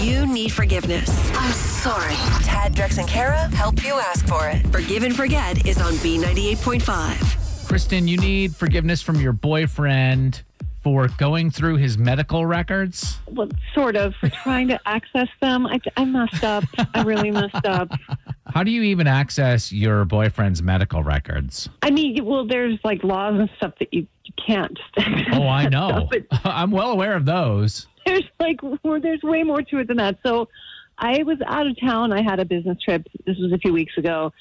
You need forgiveness. I'm sorry. Tad, Drex, and Kara help you ask for it. Forgive and Forget is on B98.5. Kristen, you need forgiveness from your boyfriend for going through his medical records. well, sort of, for trying to access them. I, I messed up. I really messed up. How do you even access your boyfriend's medical records? I mean, well, there's like laws and stuff that you, you can't. Oh, I know. But I'm well aware of those. there's like, well, there's way more to it than that. So I was out of town. I had a business trip. This was a few weeks ago.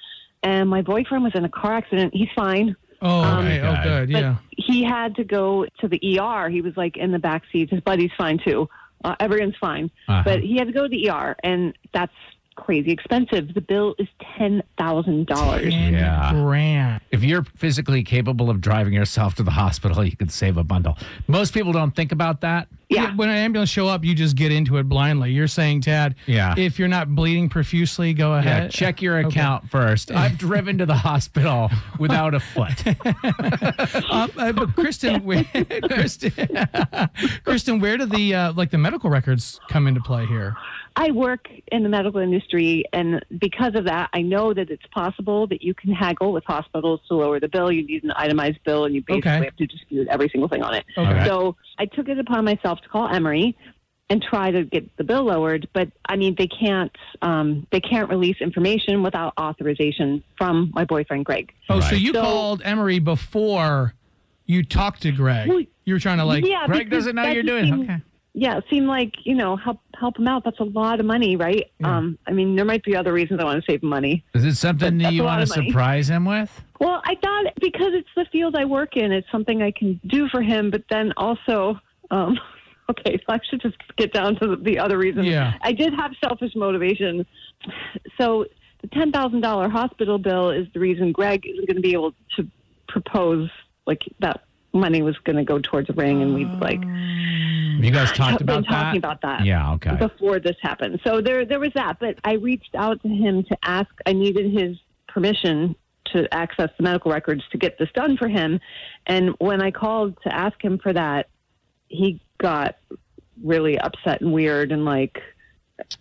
And my boyfriend was in a car accident. He's fine. Oh, Um, okay. God. Oh, good. But Yeah. he had to go to the ER. He was like in the back seat. His buddy's fine too. Uh, everyone's fine. Uh-huh. But he had to go to the ER, and that's crazy expensive. The bill is $10,000. Yeah. Grand. If you're physically capable of driving yourself to the hospital, you can save a bundle. Most people don't think about that. Yeah. When an ambulance show up, you just get into it blindly. You're saying, Tad, Yeah. if you're not bleeding profusely, go ahead. Yeah, check your account first. I've driven to the hospital without a foot. Um, uh, but Kristen, where, Kristen, Kristen, where do the uh, like the medical records come into play here? I work in the medical industry, and because of that, I know that it's possible that you can haggle with hospitals to lower the bill. You need an itemized bill, and you basically Okay. have to dispute every single thing on it. Okay. So I took it upon myself to call Emory and try to get the bill lowered. But I mean, they can't um, they can't release information without authorization from my boyfriend Greg. Oh, so Right. you So- called Emery before you talked to Greg. Well, you were trying to like, yeah, Greg because doesn't know that you're just doing. seemed- okay. Yeah, it seemed like you know help help him out. That's a lot of money, right? Um, I mean, there might be other reasons I want to save money. Is it something that That's you a lot want to of money. surprise him with? Well, I thought because it's the field I work in, it's something I can do for him. But then also, um, okay, so I should just get down to the, the other reason. Yeah. I did have selfish motivation. So the ten thousand dollar hospital bill is the reason Greg isn't going to be able to propose. Like that money was going to go towards a ring, and we've like Have you guys Uh, talked been about talking that? about that Yeah, okay. before this happened. So there, there was that. But I reached out to him to ask. I needed his permission to access the medical records to get this done for him. And when I called to ask him for that, he got really upset and weird and like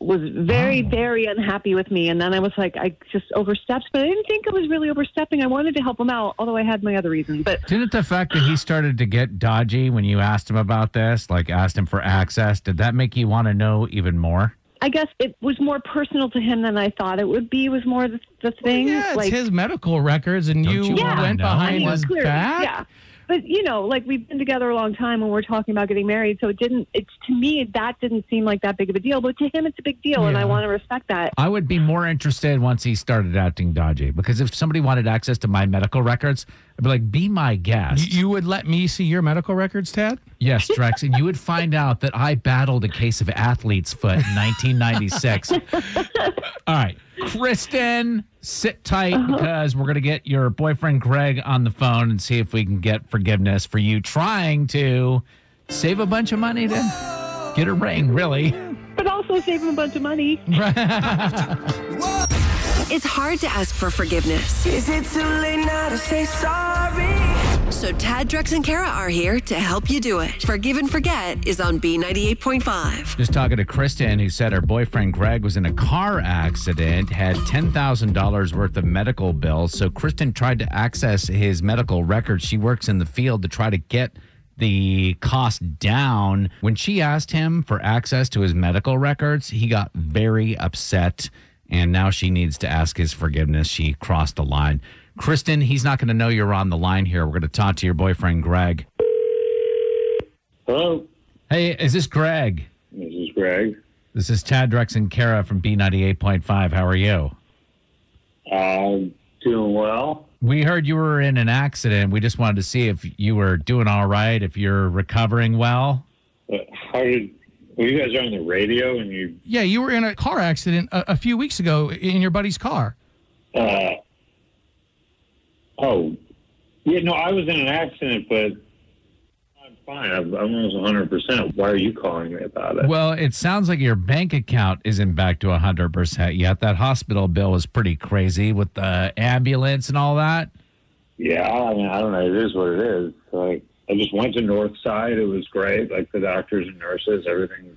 was very Oh. very unhappy with me and then i was like i just overstepped but i didn't think i was really overstepping i wanted to help him out although i had my other reason but Didn't the fact that he started to get dodgy when you asked him about this, like asked him for access, did that make you want to know even more? i guess it was more personal to him than i thought it would be was more the, the thing Yeah, it's like his medical records, and Don't you, you wanna went know? behind I mean, his clearly, back. Yeah. But you know, like we've been together a long time and we're talking about getting married, so it didn't it's to me that didn't seem like that big of a deal, but to him it's a big deal and I Yeah. want to respect that. I would be more interested once he started acting dodgy because if somebody wanted access to my medical records, I'd be like, be my guest. You, you would let me see your medical records, Tad? yes, Drex. And you would find out that I battled a case of athlete's foot in 1996. All right. Kristen, sit tight because we're going to get your boyfriend Greg on the phone and see if we can get forgiveness for you trying to save a bunch of money to get a ring, really. But also save him a bunch of money. It's hard to ask for forgiveness. Is it too late now to say sorry? So Tad, Drex, and Kara are here to help you do it. Forgive and Forget is on B98.5. Just talking to Kristen, who said her boyfriend Greg was in a car accident, had $10,000 worth of medical bills. So Kristen tried to access his medical records. She works in the field to try to get the cost down. When she asked him for access to his medical records, he got very upset. And now she needs to ask his forgiveness. She crossed the line. Kristen, he's not going to know you're on the line here. We're going to talk to your boyfriend, Greg. Hello, Hey, is this Greg? this is Greg. This is Tad Drex and Kara from B98.5. How are you? Uh, I'm doing well. We heard you were in an accident. We just wanted to see if you were doing all right, if you're recovering well. But Uh, How did Well, you guys are on the radio, and you. Yeah, you were in a car accident a, a few weeks ago in your buddy's car. Uh, oh, yeah. No, I was in an accident, but I'm fine. I'm, I'm almost 100. percent Why are you calling me about it? Well, it sounds like your bank account isn't back to 100% yet. That hospital bill was pretty crazy with the ambulance and all that. Yeah, I mean, I don't know. It is what it is. Like, I just went to Northside. It was great. Like the doctors and nurses, everything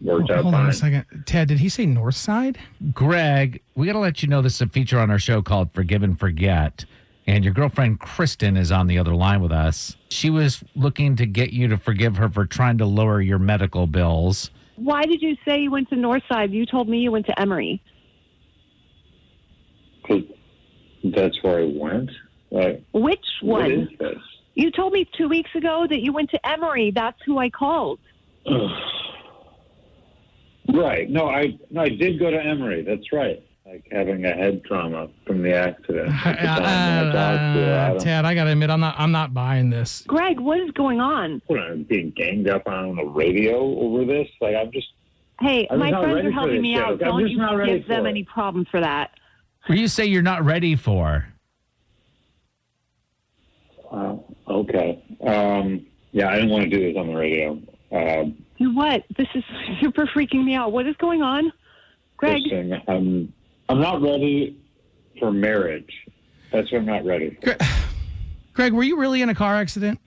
worked out Hold on fine. a second. Ted, did he say north side? Greg, we got to let you know this is a feature on our show called Forgive and Forget. And your girlfriend Kristen is on the other line with us. She was looking to get you to forgive her for trying to lower your medical bills. Why did you say you went to Northside? You told me you went to Emory. 'Cause That's where I went. Like, Which what one? is this? You told me two weeks ago that you went to Emory. That's who I called. Right. No, I no, I did go to Emory. That's right. Like having a head trauma from the accident. At the time when I talked to her, I don't- Uh, Ted, I gotta admit, I'm not. I'm not buying this. Greg, what is going on? what, I'm being ganged up on the radio over this. Like I'm just Hey, I'm my not friends ready are for helping this me yet. out. I'm Don't just you not ready give them for it. any problem for that. What do you say you're not ready for? wow, uh, okay. Um, yeah, I didn't want to do this on the radio. Um, You what? This is super freaking me out. What is going on? Greg, Kristen, I'm I'm not ready for marriage. That's what I'm not ready. For. Greg, were you really in a car accident?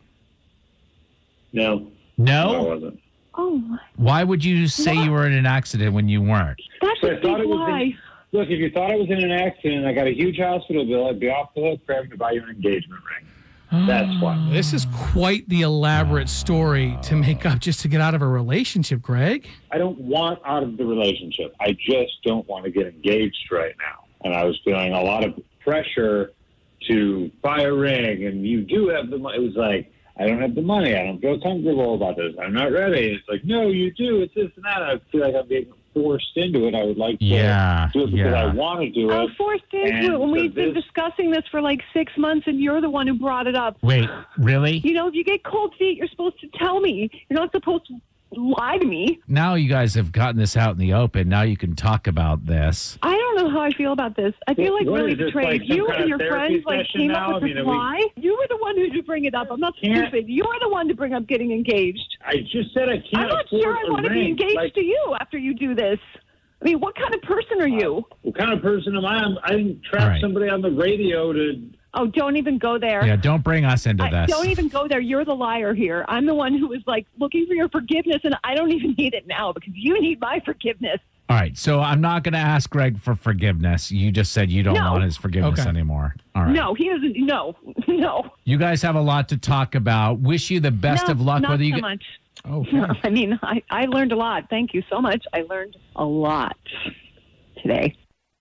No, I No? wasn't. oh, my- Why would you say you were in an accident when you weren't? that's But a I thought big it was in- lie. Look, if you thought I was in an accident, I got a huge hospital bill. I'd be off the hook for having to buy you an engagement ring. That's why. This is quite the elaborate story to make up just to get out of a relationship, Greg. I don't want out of the relationship. I just don't want to get engaged right now. And I was feeling a lot of pressure to buy a ring. And you do have the money. It was like, I don't have the money. I don't feel comfortable about this. I'm not ready. It's like, no, you do. It's this and that. I feel like I'm being forced into it. I would like to Yeah, do it because yeah. I want to do I it. was forced into it And when we've so been this- discussing this for like six months, and you're the one who brought it up. Wait, really? You know, if you get cold feet, you're supposed to tell me. You're not supposed to lie to me. Now you guys have gotten this out in the open. Now you can talk about this. I don't know how I feel about this. I feel like What really is this, betrayed. like some you kind and of your therapy friends like session came now? I up with this mean, are we- lie. You were the one who did bring it up. I'm not Can't- stupid. You were the one to bring up getting engaged. I just said I can't I'm not afford sure I a want to be ring. engaged Like, to you after you do this. I mean, what kind of person are you? What kind of person am I? I'm, I didn't All trap right. somebody on the radio to. Oh, don't even go there. Yeah, don't bring us into I, this. don't even go there. You're the liar here. I'm the one who was like looking for your forgiveness, and I don't even need it now because you need my forgiveness. All right, so I'm not going to ask Greg for forgiveness. You just said you don't No. want his forgiveness Okay. anymore. All right. No, he doesn't. No, no. You guys have a lot to talk about. Wish you the best no, of luck. Not whether you so get- Oh, much. Okay. I mean, I, I learned a lot. Thank you so much. I learned a lot today.